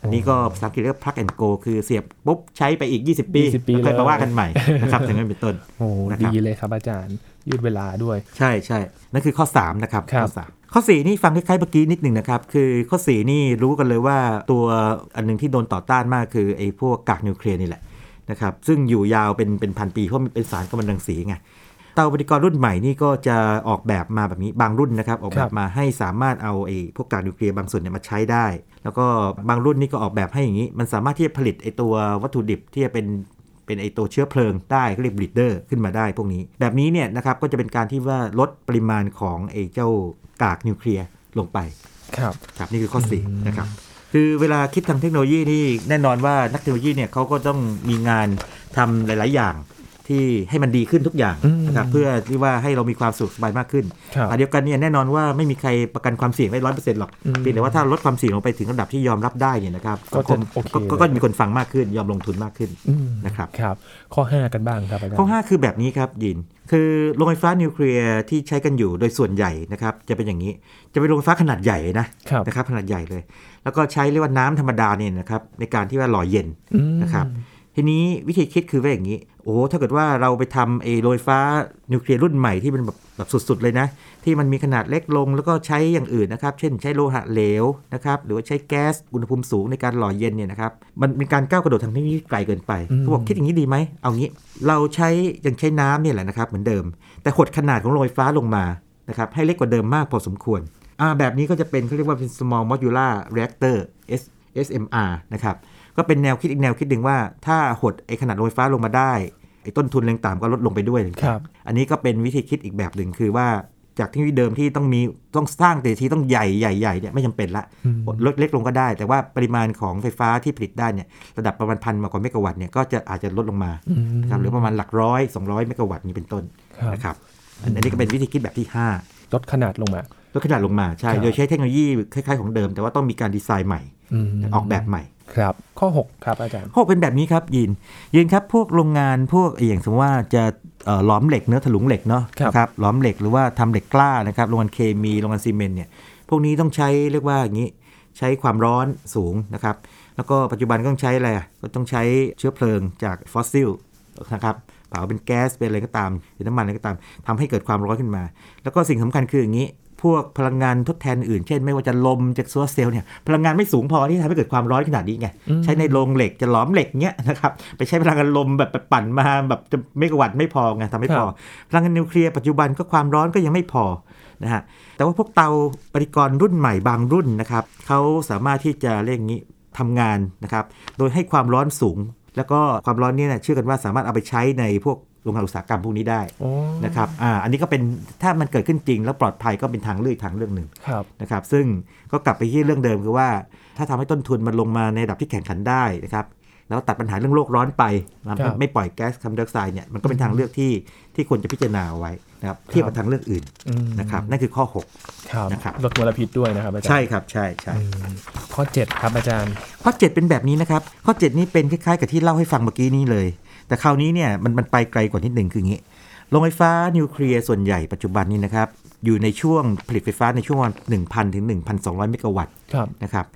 Speaker 2: อันนี้ก็ภาษาอังกฤษเรียกว่า plug and go คือเสียบปุ๊บใช้ไปอีก 20 ปี
Speaker 1: 20ปี
Speaker 2: แล้วค่อย
Speaker 1: เลย
Speaker 2: มาว่ากันใหม่นะครับถึงนั้นเป็นต้น
Speaker 1: โอ้
Speaker 2: นะครับ
Speaker 1: ดีเลยครับอาจารย์ ยืดเวลาด้วย
Speaker 2: ใช่ใช่นั่นคือข้อ 3 นะครับ
Speaker 1: ครับ
Speaker 2: ข้อสามข้อ 4 นี่ฟังคล้ายๆเมื่อกี้นิดหนึ่งนะครับ คือข้อ 4 นี่รู้กันเลยว่าตัวอันหนึงที่โดนต่อต้านมากคือไอ้พวกกากนิวเคลียร์นี่แหละนะครับซึ่งอยู่ยาวเป็นเป็นพันปี เพราะมันเป็นสารกัมมันตรังสีไงเตาปฏิกรณ์รุ่นใหม่นี่ก็จะออกแบบมาแบบนี้บางรุ่นนะครับ ออกแบ
Speaker 1: ครับ บ
Speaker 2: มาให้สามารถเอาไอ้พวกกากนิวเคลียร์บางส่วนเนี่ยมาใช้ได้ แล้วก็บางรุ่นนี่ก็ออกแบบให้อย่างนี้ มันสามารถที่จะผลิตไอ้ตัววัตถุดิบที่จะเป็น เป็นไอตัวเชื้อเพลิงได้ก็เรียกบลิดเดอร์ขึ้นมาได้พวกนี้ แบบนี้เนี่ยนะครับก็จะเป็นการที่ว่าลดปริมาณของไอเจ้ากากนิวเคลียร์ลงไป
Speaker 1: ครับ
Speaker 2: ครับนี่คือข้อสี่
Speaker 1: อืม
Speaker 2: นะครับคือเวลาคิดทางเทคโนโลยีนี่แน่นอนว่านักเทคโนโลยีเนี่ยเขาก็ต้องมีงานทำหลาย ๆ อย่างที่ให้มันดีขึ้นทุกอย่างนะครับเพื่อที่ว่าให้เรามีความสุขสบายมากขึ้น
Speaker 1: ครับ
Speaker 2: ขณะเดียวกันเนี่ยแน่นอนว่าไม่มีใครประกันความเสี่ยงได้ร้อยเปอร์เซ็นต์หรอก
Speaker 1: อืม
Speaker 2: เพียงแต่ว่าถ้าลดความเสี่ยงลงไปถึงระดับที่ยอมรับได้เนี่ยนะครับ
Speaker 1: ก็จะโอเค
Speaker 2: ก็ก็
Speaker 1: เลย
Speaker 2: ก็มีคนฟังมากขึ้นยอมลงทุนมากขึ้น
Speaker 1: อืม
Speaker 2: นะครับ
Speaker 1: ครับ ข้อ 5 กันบ้างครับอาจารย์
Speaker 2: ข้อ 5 คือแบบนี้ครับยิน คือโรงไฟฟ้านิวเคลียร์ที่ใช้กันอยู่โดยส่วนใหญ่นะครับจะเป็นอย่างนี้ จะเป็นโรงไฟฟ้าขนาดใหญ่นะ
Speaker 1: ครับ
Speaker 2: นะครับขนาดใหญ่เลย แล้วก็ใช้เรียกว่าน้ำธรรมดาเนี่ยนะครับในการที่ว่าหล่อเย็น
Speaker 1: อืม
Speaker 2: นะครับทีนี้วิธีคิดคือว่าอย่างนี้ โอ้โหถ้าเกิดว่าเราไปทำไอ้โรงไฟฟ้านิวเคลียร์รุ่นใหม่ที่เป็นแบบแบบสุดๆเลยนะ ที่มันมีขนาดเล็กลงแล้วก็ใช้อย่างอื่นนะครับ เช่นใช้โลหะเหลวนะครับหรือว่าใช้แก๊สอุณหภูมิสูงในการหล่อเย็นเนี่ยนะครับมันเป็นการก้าวกระโดดทางเทคโนโลยีไกลเกินไป
Speaker 1: อืม
Speaker 2: เขาบอกคิดอย่างนี้ดีไหมเอางี้เราใช้ยังใช้น้ำเนี่ยแหละนะครับเหมือนเดิม แต่หดขนาดของโรงไฟฟ้าลงมานะครับให้เล็กกว่าเดิมมากพอสมควร อ่าแบบนี้ก็จะเป็นเขาเรียกว่าเป็น small modular reactor S SMR นะครับ ก็เป็นแนวคิดอีกแนวคิดหนึ่งว่า ถ้าหดไอ้ขนาดโรงไฟฟ้าลงมาได้ไอ้ต้นทุนแรงต่ำก็ลดลงไปด้วย
Speaker 1: ครับ
Speaker 2: อันนี้ก็เป็นวิธีคิดอีกแบบหนึ่งคือว่าจากที่เดิมที่ต้องมีต้องสร้างแต่ทีต้องใหญ่ใหญ่ใหญ่เนี่ยไม่จำเป็นละ
Speaker 1: อืม
Speaker 2: ลดเล็กลงก็ได้ แต่ว่าปริมาณของไฟฟ้าที่ผลิตได้เนี่ยระดับประมาณพันกว่าเมกะวัตต์เนี่ยก็จะอาจจะลดลงมา
Speaker 1: อืม
Speaker 2: นะครับหรือประมาณหลักร้อย200เมกะวัตต์นี้เป็นต้น
Speaker 1: ครับ
Speaker 2: นะครับอันนี้ก็เป็นวิธีคิดแบบที่ห้า
Speaker 1: ลดขนาดลงมา
Speaker 2: ลดขนาดลงมาใช่
Speaker 1: ครับ
Speaker 2: โดยใช้เทคโนโลยีคล้ายๆของเดิม แต่ว่าต้องมีการดีไซน์ใหม่
Speaker 1: ม
Speaker 2: ออกแบบใหม่
Speaker 1: ครับ ข้อ 6 ครับอาจารย์
Speaker 2: โอ้เป็นแบบนี้ครับยินยินครับพวกโรงงานพวกอย่างสมมติว่าจะเอ่อหล้อมเหล็กเนื้อะถลุงเหล็กเนาะ
Speaker 1: ครับ
Speaker 2: นะหล้อมเหล็กหรือว่าทำเหล็กกล้านะครับโรงงานเคมีโรงงานซีเมนต์เนี่ยพวกนี้ต้องใช้เรียกว่าอย่างนี้ใช้ความร้อนสูงนะครับแล้วก็ปัจจุบันก็ต้องใช้อะไรอ่ะก็ต้องใช้เชื้อเพลิงจากฟอสซิลนะครับเผาเป็นแก๊สเป็นอะไรก็ตามเป็นน้ำมันอะไรก็ตามทำให้เกิดความร้อนขึ้นมา แล้วก็สิ่งสำคัญคืออย่างนี้ พวกพลังงานทดแทนอื่น เช่นไม่ว่าจะลมจากโซลาร์เซลล์เนี่ยพลังงานไม่สูงพอที่ทำให้เกิดความร้อนขนาดนี้ไง ใช้ในโรงเหล็กจะหลอมเหล็กเนี้ยนะครับไปใช้พลังงานลมแบบปั่นมาแบบจะไม่กะวัตต์ไม่พอไงทำไม่พอ พลังงานนิวเคลียร์ปัจจุบันก็ความร้อนก็ยังไม่พอนะฮะแต่ว่าพวกเตาปฏิกรณ์รุ่นใหม่บางรุ่นนะครับเขาสามารถที่จะเรียกอย่างนี้ทำงานนะครับโดยให้ความร้อนสูง แล้วก็ความร้อนเนี้เชื่อกันว่าสามารถเอาไปใช้ในพวกโรงงานอุตสาหกรรมพวกนี้ได้
Speaker 1: โอ้
Speaker 2: นะครับ อ่า อันนี้ก็เป็น ถ้ามันเกิดขึ้นจริงแล้วปลอดภัยก็เป็นทางเลือกอีกทางเลือกหนึ่ง
Speaker 1: ครับ
Speaker 2: นะครับ ซึ่งก็กลับไปที่เรื่องเดิมคือว่า ถ้าทำให้ต้นทุนมันลงมาในระดับที่แข่งขันได้นะครับ แล้วตัดปัญหาเรื่องโลกร้อนไปนะครับ
Speaker 1: ครับ
Speaker 2: ไม่ปล่อยแก๊สคาร์บอนไดออกไซด์เนี่ย มันก็เป็นทางเลือกที่ที่ควรจะพิจารณาเอาไว้นะครับ เทียบกับทางเลือกอื่น
Speaker 1: อืม
Speaker 2: นะครับ นั่นคือข้อ
Speaker 1: ครับ
Speaker 2: นะครับ
Speaker 1: ลดมลพิษด้วยนะครับอา
Speaker 2: 6
Speaker 1: จารย์
Speaker 2: ใช่ครับ ใช่ใช่
Speaker 1: อืมข้อ 7 ครับอาจารย์
Speaker 2: ข้อ 7 เป็นแบบนี้นะครับ ข้อ 7 นี่เป็นคล้ายๆ กับที่เล่าให้ฟังเมื่อกี้นี้เลย แต่คราวนี้เนี่ยมันมันไปไกลกว่านิดหนึ่งคืออย่างนี้โรงไฟฟ้านิวเคลียร์ส่วนใหญ่ปัจจุบันนี้นะครับ อยู่ในช่วงผลิตไฟฟ้าในช่วงวัน1,000 ถึง 1,200 เมกะวัตต์
Speaker 1: ครับ
Speaker 2: นะครับ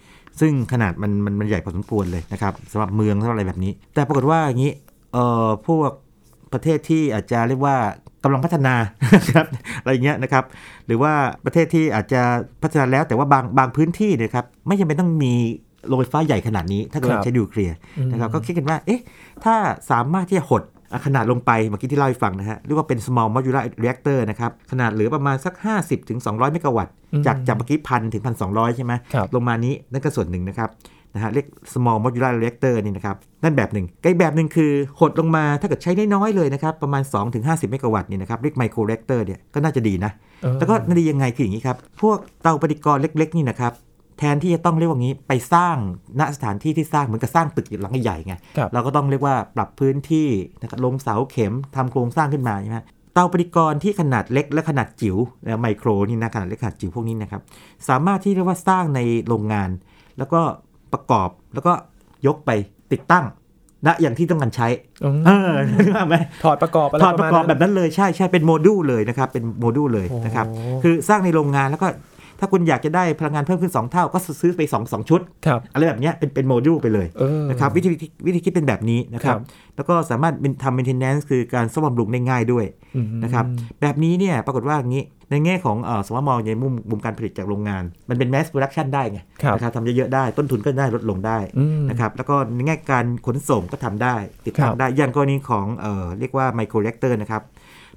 Speaker 2: ซึ่งขนาดมันมันมันใหญ่พอสมควรเลยนะครับสำหรับเมืองสำหรับอะไรแบบนี้ แต่ปรากฏว่าอย่างนี้เอ่อพวกประเทศที่อาจจะเรียกว่ากำลังพัฒนา นะครับ (laughs) อะไรอย่างเงี้ยนะครับ หรือว่าประเทศที่อาจจะพัฒนาแล้วแต่ว่าบางบางพื้นที่เนยครับไม่จำเป็นต้องมีโรงไฟฟ้าใหญ่ขนาดนี้ ถ้าเกิด
Speaker 1: ครับ
Speaker 2: ใช้นิวเคลียร์นะครับ
Speaker 1: อืม
Speaker 2: ก็คิดกันว่าเอ๊ะถ้าสามารถที่จะหดขนาดลงไปเมื่อกี้ที่เล่าให้ฟังนะฮะเรียกว่าเป็น small modular reactor นะครับขนาดเหลือประมาณสัก 50-200 เมกะวัตต์จากจากเมื่อกี้พันถึงพันสองร้อยใช่ไหม
Speaker 1: ครับ
Speaker 2: ลงมานี้นั่นก็ส่วนหนึ่งนะครับนะฮะเรียก small modular reactor นี่นะครับนั่นแบบหนึ่งก็อีกแบบหนึ่งคือหดลงมาถ้าเกิดใช้น้อยๆเลยนะครับ ประมาณ 2-50 เมกะวัตต์นี่นะครับเรียก micro reactor เนี่ยก็น่าจะดีนะ
Speaker 1: เออ
Speaker 2: แล้วก็ดียังไงคืออย่างนี้ครับ พวกเตาปฏิกรณ์เล็ก ๆ นี่นะครับ แทนที่จะต้องเรียกว่างี้ไปสร้างณสถานที่ที่สร้างเหมือนกับสร้างตึกหลังใหญ่ๆไง
Speaker 1: ครับ
Speaker 2: เราก็ต้องเรียกว่าปรับพื้นที่นะครับลงเสาเข็มทำโครงสร้างขึ้นมาใช่ไหมเตาปฏิกรณ์ที่ขนาดเล็กและขนาดจิ๋วไมโครนี่นะขนาดเล็กขนาดจิ๋วพวกนี้นะครับ สามารถที่เรียกว่าสร้างในโรงงาน แล้วก็ประกอบแล้วก็ยกไปติดตั้งณอย่างที่ต้องการใช้
Speaker 1: อืม
Speaker 2: เออนึกออกไหม
Speaker 1: ถอดประกอบอะไร
Speaker 2: ถอดประกอบ
Speaker 1: มาณ
Speaker 2: แบ
Speaker 1: นั้น
Speaker 2: บนั้นเลยใช่ใช่เป็นโมดูลเลยนะครับ เป็นโมดูลเลยนะครับ
Speaker 1: โอ้
Speaker 2: คือสร้างในโรงงานแล้วก็ถ้าคุณอยากจะได้พลังงานเพิ่มขึ้น 2 เท่าก็ซื้อไป 2 2 ชุด
Speaker 1: ครับ
Speaker 2: อะไรแบบเนี้ยเป็นเป็นโมดูลไปเลย
Speaker 1: เออ
Speaker 2: นะครับวิธีวิธีคิดเป็นแบบนี้นะครับ
Speaker 1: ครับ
Speaker 2: แล้วก็สามารถเป็นทำ maintenance คือการซ่อมบำรุงได้ง่ายด้วย
Speaker 1: อืม
Speaker 2: นะครับแบบนี้เนี่ยปรากฏว่าอย่างนี้ในแง่ของเออสมมติมองในมุมมุมการผลิตจากโรงงาน มันเป็น mass production ได้ไง
Speaker 1: ครับ
Speaker 2: นะครับทำเยอะๆได้ต้นทุนก็ได้ลดลงได้
Speaker 1: อืม
Speaker 2: นะครับแล้วก็ในแง่การขนส่งก็ทำได้ติด
Speaker 1: ค
Speaker 2: ตั้
Speaker 1: รั
Speaker 2: ง
Speaker 1: บ
Speaker 2: ได้อย่างกรณีของเอ่อเรียกว่าไมโครเรกเตอร์นะครับ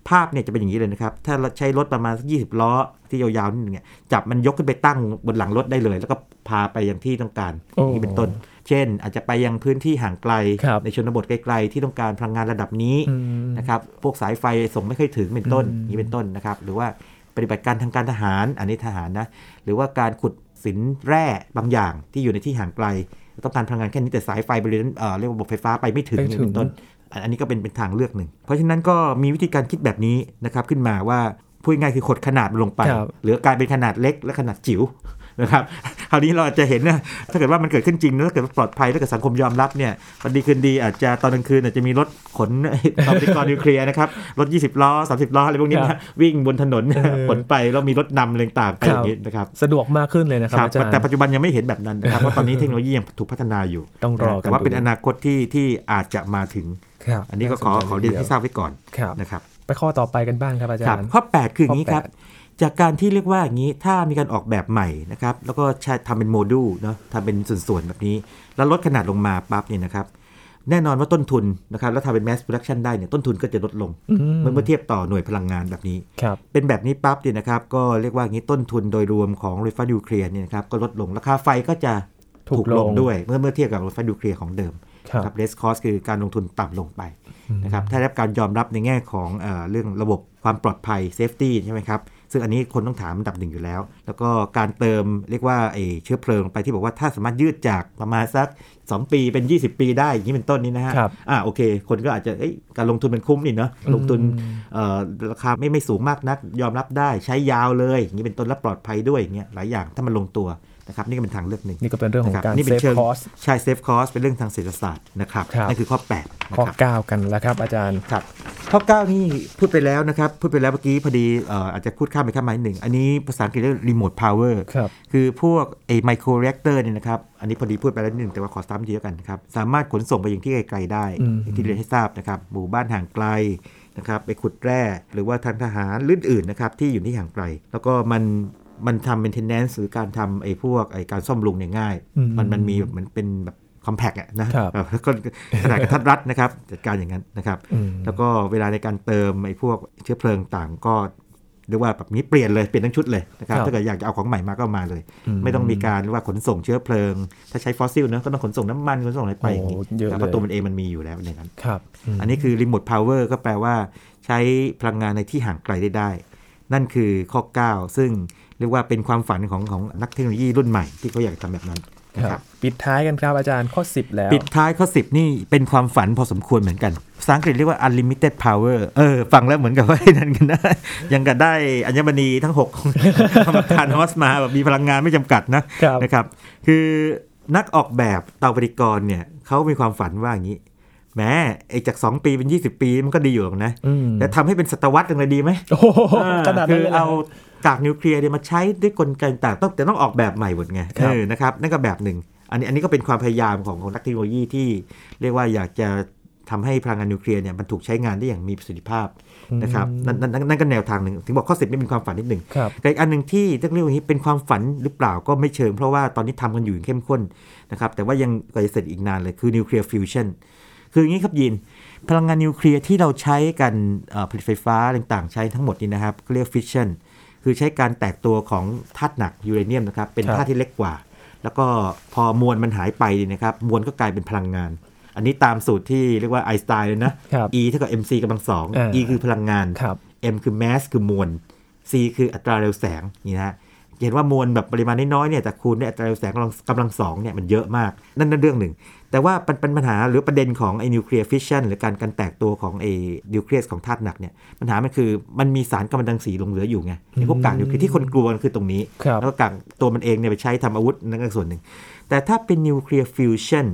Speaker 2: ภาพเนี่ยจะเป็นอย่างนี้เลยนะครับ ถ้าเราใช้รถประมาณสักยีล้อที่ยาวๆนิดนึงเนี่ยจับมันยกขึ้นไปตั้งบนหลังรถได้เลย แล้วก็พาไปยังที่ต้องการ
Speaker 1: โอ้
Speaker 2: อย่างนี้เป็นต้น เช่น อาจจะไปยังพื้นที่ห่างไกล
Speaker 1: ครับ
Speaker 2: ในชนบทไกลๆที่ต้องการพลังงานระดับนี้
Speaker 1: อืม
Speaker 2: นะครับพวกสายไฟส่งไม่ค่อยถึงเป็นต้น
Speaker 1: อืม
Speaker 2: นี้เป็นต้นนะครับ หรือว่าปฏิบัติการทางการทหารอันนี้ทหารนะ หรือว่าการขุดสินแร่บางอย่างที่อยู่ในที่ห่างไกล ต้องการพลังงานแค่นี้แต่สายไฟบริเวณนั้นเอ่อเรียกว่าระบบไฟฟ้าไปไม่ถึงนี่เป็นต้น อันอันนี้ก็เป็นเป็นทางเลือกหนึ่ง เพราะฉะนั้นก็มีวิธีการคิดแบบนี้นะครับขึ้นมาว่าพูดง่ายๆคือขดขนาดมันลงไป
Speaker 1: ครับ
Speaker 2: เหลือกลายเป็นขนาดเล็กและขนาดจิ๋วนะครับ คราวนี้เราอาจจะเห็นนะถ้าเกิดว่ามันเกิดขึ้นจริงนะถ้าเกิดว่าปลอดภัยถ้าเกิดสังคมยอมรับเนี่ยวันดีคืนดีอาจจะตอนกลางคืนอาจจะมีรถขน (laughs) ตอนนี้กรนิวเคลียร์นะครับ รถ 20 ล้อ 30 ล้ออะไรพวกนี้
Speaker 1: ครั
Speaker 2: นะ
Speaker 1: บ
Speaker 2: วิ่งบนถนน
Speaker 1: เออ
Speaker 2: ขนไปแล้วมีรถนำอะไรต่างๆไป
Speaker 1: ค
Speaker 2: อ
Speaker 1: รับ
Speaker 2: ย่างนี้นะครับ
Speaker 1: สะดวกมากขึ้นเลยนะครับ
Speaker 2: ครับ
Speaker 1: อาจารย์
Speaker 2: แต่ปัจจุบันยังไม่เห็นแบบนั้นนะครับเพราะตอนนี้เทคโนโลยียังถูกพัฒนาอยู่
Speaker 1: ต้องรอกัน
Speaker 2: แต่ว่าเป็น
Speaker 1: ดู
Speaker 2: อนาคตที่ที่อาจจะมาถึง
Speaker 1: ครับ
Speaker 2: อันนี้ก็ขอขอเรียนให้ทราบไว้ก่อน
Speaker 1: ครับ
Speaker 2: นะครับ
Speaker 1: ไปข้อต่อไปกันบ้างครับอาจา
Speaker 2: ครับ
Speaker 1: รย์
Speaker 2: ข้อ 8 คืออย่างนี้
Speaker 1: ข้อ
Speaker 2: ครับ จากการที่เรียกว่าอย่างนี้ถ้ามีการออกแบบใหม่นะครับ แล้วก็ใช้ทำเป็นโมดูลเนาะทำเป็นส่วนๆ แบบนี้ แล้วลดขนาดลงมาปั๊บเนี่ยนะครับ แน่นอนว่าต้นทุนนะครับ แล้วทำเป็น mass production ได้เนี่ยต้นทุนก็จะลดลง
Speaker 1: อืม
Speaker 2: เมื่อเมื่อเทียบต่อหน่วยพลังงานแบบนี้
Speaker 1: ครับ
Speaker 2: เป็นแบบนี้ปั๊บเนี่ยนะครับ ก็เรียกว่าอย่างนี้ต้นทุนโดยรวมของรถไฟฟ้านิวเคลียร์เนี่ยนะครับก็ลดลงราคาไฟก็จะ
Speaker 1: ถูกลง
Speaker 2: ด้วยเมื่อเมื่อเทียบกับรถไฟฟ้านิวเคลียร์ของเดิม
Speaker 1: ครั
Speaker 2: ครับ บ less cost คือการลงทุนต่ำลงไปนะครับ ถ้าได้รับการยอมรับในแง่ของเออเรื่องระบบความปลอดภัย safety ใช่ไหมครับ ซึ่งอันนี้คนต้องถามอันดับหนึ่งอยู่แล้ว แล้วก็การเติมเรียกว่าไอ้เชื้อเพลิงลงไปที่บอกว่าถ้าสามารถยืดจากประมาณสัก 2 ปีเป็น 20 ปีได้อย่างนี้เป็นต้นนี้นะฮะ
Speaker 1: ครับ
Speaker 2: อ่าโอเค คนก็อาจจะเอ้ยการลงทุนมันคุ้มนี่เนาะ ลงทุน
Speaker 1: อืม
Speaker 2: เอ่อราคาไม่ไม่สูงมากนัก ยอมรับได้ใช้ยาวเลยอย่างนี้เป็นต้นและปลอดภัยด้วยอย่างเงี้ยหลายอย่างถ้ามันลงตัวนะครับนี่ก็เป็นทางเลือกหนึ่ง
Speaker 1: นี่ก็เป็นเรื่องของการ
Speaker 2: นี่
Speaker 1: เซ
Speaker 2: เป็น
Speaker 1: ฟ
Speaker 2: เชิง
Speaker 1: คอส
Speaker 2: ใช่เซฟคอสเป็นเรื่องทางเศรษฐศาสตร์นะครับ
Speaker 1: ครับ
Speaker 2: นั่นคือข้อ 8 นะ
Speaker 1: ข้อ
Speaker 2: ครับ
Speaker 1: เก้ากันแล้วครับ อาจารย์
Speaker 2: ครับข้อ 9 นี่พูดไปแล้วนะครับ พูดไปแล้วเมื่อกี้พอดีเอ่ออาจจะพูดข้ามไปข้ามมาหนึ่ง อันนี้ภาษาอังกฤษเรียกรีโมทพาวเวอร์
Speaker 1: ครับ
Speaker 2: คือพวกไอไมโครเรกเตอร์เนี่ยนะครับ อันนี้พอดีพูดไปแล้วนิดหนึ่งแต่ว่าขอซ้ำทีแล้วกันนะครับ สามารถขนส่งไปยังที่ไกลๆได้
Speaker 1: อืม
Speaker 2: อย่างที่เรียนให้ทราบนะครับ หมู่บ้านห่างไกลนะครับไปขุดแร่หรือว่าทางทหารหรืออื่นๆนะครับที่อยู่ที่ห่างไกล แล้วก็มันมันทำ maintenance หรือการทำไอ้พวกไอ้การซ่อมบำรุงเนี่ยง่าย
Speaker 1: อืม
Speaker 2: มันมันมีแบบเหมือนเป็นแบบคอมแพกอะนะครับ เออแล้วก็ขนาดกระทัดรัดนะครับจัดการอย่างนั้นนะครับ
Speaker 1: อืม
Speaker 2: แล้วก็เวลาในการเติมไอ้พวกเชื้อเพลิงต่างก็เรียกว่าแบบนี้เปลี่ยนเลยเปลี่ยนทั้งชุดเลยนะครับ
Speaker 1: ครับ
Speaker 2: ถ้าเกิดอยากจะเอาของใหม่มาก็เอามาเลย
Speaker 1: อืม
Speaker 2: ไม่ต้องมีการเรียกว่าขนส่งเชื้อเพลิง ถ้าใช้ฟอสซิลนะก็ต้องขนส่งน้ำมันขนส่งอะไรไปอย่างนี้
Speaker 1: โอ้เยอะเลย
Speaker 2: แต่ประตูมันเองมันมีอยู่แล้วในนั้น
Speaker 1: ครับม
Speaker 2: อันนี้คือ remote power ก็แปลว่าใช้พลังงานในที่ห่างไกลได้ได้ นั่นคือข้อ 9 ซึ่งเรียกว่าเป็นความฝันของของนักเทคโนโลยีรุ่นใหม่ที่เขาอยากทำแบบนั้นนะ
Speaker 1: ค
Speaker 2: ค
Speaker 1: รั
Speaker 2: รั
Speaker 1: บบ ปิดท้ายกันครับอาจารย์ข้อ 10 แล้ว
Speaker 2: ปิดท้ายข้อ 10 นี่เป็นความฝันพอสมควรเหมือนกัน ภาษาอังกฤษเรียกว่า unlimited power เออ ฟังแล้วเหมือนกับว่า (laughs) ไอ้นั่นกันนะ ยังกับได้อัญมณีทั้ง6ของ ธรรมทานฮอสมาแบบมีพลังงานไม่จำกัดนะครับ นะครับ คือนักออกแบบเตาปฏิกรณ์เนี่ยเขามีความฝันว่าอย่างนี้แม้ไอ้จาก 2 ปีเป็น 20 ปีมันก็ดีอยู่หรอกนะ
Speaker 1: อืม
Speaker 2: แต่ทำให้เป็นศตวรรษหนึ่งเลยดีไหม
Speaker 1: โอ้โห
Speaker 2: อ่
Speaker 1: (laughs) ขนาด
Speaker 2: คื
Speaker 1: นั้น
Speaker 2: อ
Speaker 1: เลยนะ
Speaker 2: เอากากนิวเคลียร์เนี่ยมาใช้ด้วยกลไกต่างต้องแต่ต้องออกแบบใหม่หมดไง
Speaker 1: ครับ
Speaker 2: เออนะครับนั่นก็แบบหนึ่งอันนี้อันนี้ก็เป็นความพยายามของของนักเทคโนโลยีที่เรียกว่าอยากจะทำให้พลังงานนิวเคลียร์เนี่ยมันถูกใช้งานได้อย่างมีประสิทธิภาพนะครับ
Speaker 1: อืม
Speaker 2: นั่นนั่นนั่นนั่นก็แนวทางหนึ่งถึงบอกข้อสิบนี่เป็นความฝันนิดหนึ่ง
Speaker 1: ครับ
Speaker 2: แต่อีกอันหนึ่งที่เรียกเรียกว่าอย่างนี้เป็นความฝันหรือเปล่าก็ไม่เชิงเพราะว่าตอนนี้ทำกันอยู่อย่างเข้มข้นนะครับแต่ว่ายังก็จะเสร็จอีกนานเลยคือนิวเคลียร์ฟิวชั่น คืออย่างนี้ครับยิน พลังงานนิวเคลียร์ที่เราใช้กันเอ่อผลิตไฟฟ้าต่างๆ ใช้ทั้งหมดนี่นะครับเขาเรียกฟิชชันคือใช้การแตกตัวของธาตุหนักยูเรเนียมนะครับเป็น
Speaker 1: ครับ
Speaker 2: ธาตุที่เล็กกว่า แล้วก็พอมวลมันหายไปนี่นะครับมวลก็กลายเป็นพลังงาน อันนี้ตามสูตรที่เรียกว่าไอน์สไตน์เลยนะ
Speaker 1: ครับ
Speaker 2: E เท่ากับ mc กำลังสอง
Speaker 1: อ่า
Speaker 2: E คือพลังงาน
Speaker 1: ครับ
Speaker 2: M คือ mass คือมวล C คืออัตราเร็วแสงนี่นะฮะเห็นว่ามวลแบบปริมาณน้อยๆเนี่ยแต่คูณด้วยอัตราเร็วแสงกำลังกำลังสองเนี่ยมันเยอะมาก นั่นนั่นเรื่องหนึ่ง แต่ว่าปัญปัญปัญหาหรือประเด็นของไอ้นิวเคลียร์ฟิชชันหรือการการแตกตัวของไอ้นิวเคลียสของธาตุหนักเนี่ยปัญหามันคือมันมีสารกัมมันตรังสีหลงเหลืออยู่ไงไอ้พวกกากนิวเคลียร์ที่คนกลัวกันคือตรงนี้
Speaker 1: ครับ
Speaker 2: แล้วก็กากตัวมันเองเนี่ยไปใช้ทำอาวุธนั่นก็ส่วนหนึ่ง แต่ถ้าเป็นนิวเคลียร์ฟิวชัน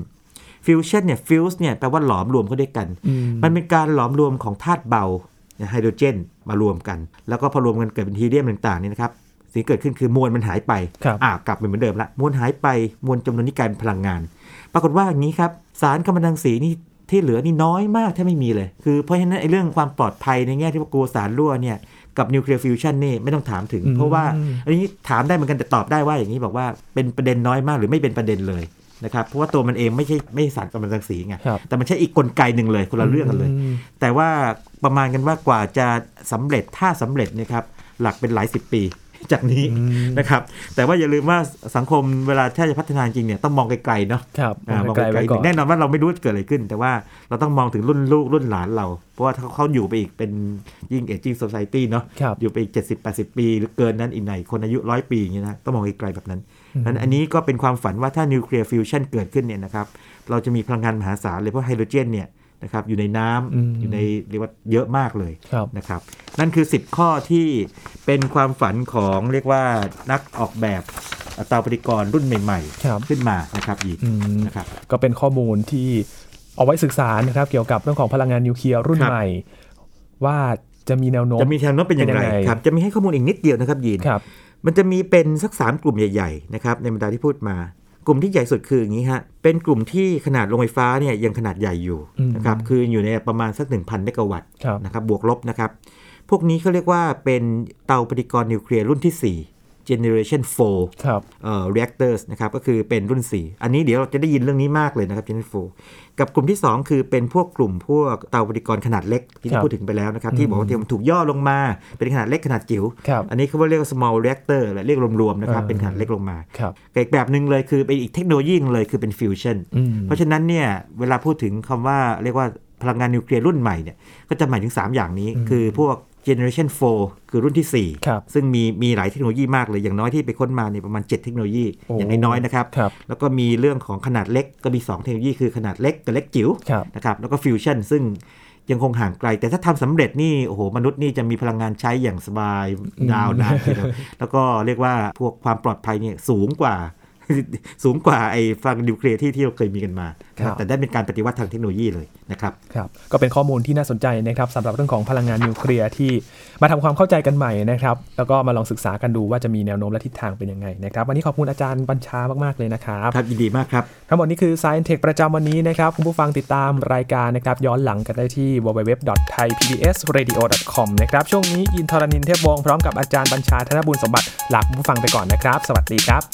Speaker 2: ฟิวชันเนี่ยฟิวส์เนี่ยแปลว่าหลอมรวมเข้าด้วยกัน
Speaker 1: อืม
Speaker 2: มันเป็นการหลอมรวมของธาตุเบาไฮโดรเจนมารวมกัน แล้วก็พอรวมกันเกิดเป็นฮีเลียมต่างๆนี่นะครับสิ่งที่เกิดขึ้นคือมวลมันหายไป
Speaker 1: ครับ
Speaker 2: อ่ากลับเป็นเหมือนเดิมละมวลหายไปมวลจำนวนนี้กลายเป็นพลังงาน ปรากฏว่าอย่างนี้ครับ สารกัมมันตรังสีนี่ที่เหลือนี่น้อยมากแทบไม่มีเลย คือเพราะฉะนั้นไอ้เรื่องความปลอดภัยในแง่ที่ว่ากลัวสารรั่วเนี่ยกับนิวเคลียร์ฟิวชันนี่ไม่ต้องถามถึง
Speaker 1: อืม
Speaker 2: เพราะว่าอันนี้ถามได้เหมือนกันแต่ตอบได้ว่าอย่างนี้บอกว่าเป็นประเด็นน้อยมากหรือไม่เป็นประเด็นเลย นะครับเพราะว่าตัวมันเองไม่ใช่ไม่ใช่สารกัมมันตรังสีไง
Speaker 1: ครับ
Speaker 2: แต่มันใช่อีกกลไกหนึ่งเลยคนละเรื่องกันเลย
Speaker 1: ม
Speaker 2: แต่ว่าประมาณกันว่ากว่าจะสำเร็จถ้าสำเร็จเนะครับหลักเป็นหลายสิบปี (laughs) จากนี้
Speaker 1: อืม
Speaker 2: นะครับ แต่ว่าอย่าลืมว่าสังคมเวลาถ้าจะพัฒนาจริงเนี่ยต้องมองไกลๆเนาะ
Speaker 1: ครับ
Speaker 2: อ่ามอง
Speaker 1: ไกล
Speaker 2: ไกล
Speaker 1: ไว้ก่อน
Speaker 2: ๆแน่นอนว่าเราไม่รู้เกิดอะไรขึ้น แต่ว่าเราต้องมองถึงรุ่นลูกรุ่นหลานเรา เพราะว่าถ้าเขาอยู่ไปอีกเป็นยิ่งเอจิ้งโซซายตี้เนาะ
Speaker 1: ครับ
Speaker 2: อยู่ไปอีก 70-80 ปีหรือเกินนั้นอีกไหนคนอายุร้อยปีอย่างเงี้ยนะต้องมองไกลๆแบบนั้น
Speaker 1: อืม
Speaker 2: นั้นอันนี้ก็เป็นความฝันว่าถ้านิวเคลียร์ฟิวชันเกิดขึ้นเนี่ยนะครับเราจะมีพลังงานมหาศาลเลยเพราะไฮโดรเจนเนี่ยนะครับอยู่ในน้ำ
Speaker 1: อืม
Speaker 2: อยู่ในเรียกว่าเยอะมากเลย
Speaker 1: ครับ
Speaker 2: นะครับนั่นคือ 10 ข้อที่เป็นความฝันของเรียกว่านักออกแบบเตาปฏิกรณ์รุ่นใหม่
Speaker 1: ครับ
Speaker 2: ๆ ขึ้นมานะครับอีก
Speaker 1: อืม
Speaker 2: นะครับ
Speaker 1: ก็เป็นข้อมูลที่เอาไว้ศึกษานะครับเกี่ยวกับเรื่องของพลังงานนิวเคลียร์รุ่น
Speaker 2: ครับ
Speaker 1: ใหม่ ว่าจะมีแนวโน้ม
Speaker 2: จะมีแนวโน้มเป็นอย่างไร
Speaker 1: เป็นยังไง
Speaker 2: ครับจะมีให้ข้อมูลอีกนิดเดียวนะครับยีน
Speaker 1: ครับ
Speaker 2: มันจะมีเป็นสัก 3 กลุ่มใหญ่ๆนะครับในบรรดาที่พูดมา กลุ่มที่ใหญ่สุดคืออย่างนี้ฮะเป็นกลุ่มที่ขนาดโรงไฟฟ้าเนี่ยยังขนาดใหญ่อยู่
Speaker 1: อืม
Speaker 2: นะครับคืออยู่ในประมาณสัก 1,000เมกะวัตต์
Speaker 1: ครับ
Speaker 2: นะครับบวกลบนะครับ พวกนี้เขาเรียกว่าเป็นเตาปฏิกรณ์นิวเคลียร์รุ่นที่ 4 generation 4
Speaker 1: ครับ
Speaker 2: เอ่อ reactors นะครับก็คือเป็นรุ่น 4 อันนี้เดี๋ยวเราจะได้ยินเรื่องนี้มากเลยนะครับ Gen 4กับกลุ่มที่ 2 คือเป็นพวกกลุ่มพวกเตาปฏิกรณ์ขนาดเล็ก ที่
Speaker 1: ครับ
Speaker 2: พูดถึงไปแล้วนะครับ ที่บอกว่าที่มันถูกย่อลงมาเป็นขนาดเล็กขนาดจิ๋ว
Speaker 1: ครับ
Speaker 2: อันนี้เขาเรียกว่า small reactor แหละเรียกรวมๆนะครับ
Speaker 1: อ่า
Speaker 2: เป็นขนาดเล็กลงมา
Speaker 1: ครับ
Speaker 2: แต่อีกแบบหนึ่งเลยคือเป็นอีกเทคโนโลยีหนึงเลยคือเป็น fusion
Speaker 1: อืม
Speaker 2: เพราะฉะนั้นเนี่ยเวลาพูดถึงคำว่าเรียกว่าพลังงานนิวเคลียร์รุ่นใหม่เนี่ยก็จะหมายถึง 3 อย่างนี้
Speaker 1: อืม
Speaker 2: คือพวก generation 4 คือรุ่นที่
Speaker 1: ครับ
Speaker 2: 4 ซึ่งมีมีหลายเทคโนโลยีมากเลย อย่างน้อยที่ไปค้นมาเนี่ยประมาณ 7 เทคโนโลยี
Speaker 1: โ
Speaker 2: อย่างน้อยๆนะครับ
Speaker 1: ครับ
Speaker 2: แล้วก็มีเรื่องของขนาดเล็กก็มี 2 เทคโนโลยีคือขนาดเล็กกับเล็กจิ๋ว
Speaker 1: ครับ
Speaker 2: นะครับแล้วก็ฟิวชั่นซึ่งยังคงห่างไกล แต่ถ้าทำสำเร็จนี่โอ้โหมนุษย์นี่จะมีพลังงานใช้อย่างสบาย
Speaker 1: อืม
Speaker 2: ยาวนานทีเดียวแล้วก็เรียกว่าพวกความปลอดภัยเนี่ยสูงกว่า (laughs) สูงกว่าไอ้ฟังนิวเคลียร์ที่ที่เราเคยมีกันมานะครับแต่ได้เป็นการปฏิวัติทางเทคโนโลยีเลยนะครับ
Speaker 1: ครับก็เป็นข้อมูลที่น่าสนใจนะครับสำหรับเรื่องของพลังงานนิวเคลียร์ที่มาทำความเข้าใจกันใหม่นะครับแล้วก็มาลองศึกษากันดูว่าจะมีแนวโน้มและทิศทางเป็นยังไงนะครับวันนี้ขอบคุณอาจารย์บัญชามากๆเลยนะครับ
Speaker 2: ครับยินดีมากครับ
Speaker 1: ทั้งหมดนี้คือ Science Tech ประจำวันนี้นะครับ คุณผู้ฟังติดตามรายการนะครับ ย้อนหลังกันได้ที่ www.thaipbsradio.com นะครับ ช่วงนี้ยินทรณินเทพวงศ์พร้อมกับอาจารย์บัญชาธนบุญสมบัติลาคุณผู้ฟังไปก่อนนะครับ สวัสดีครับ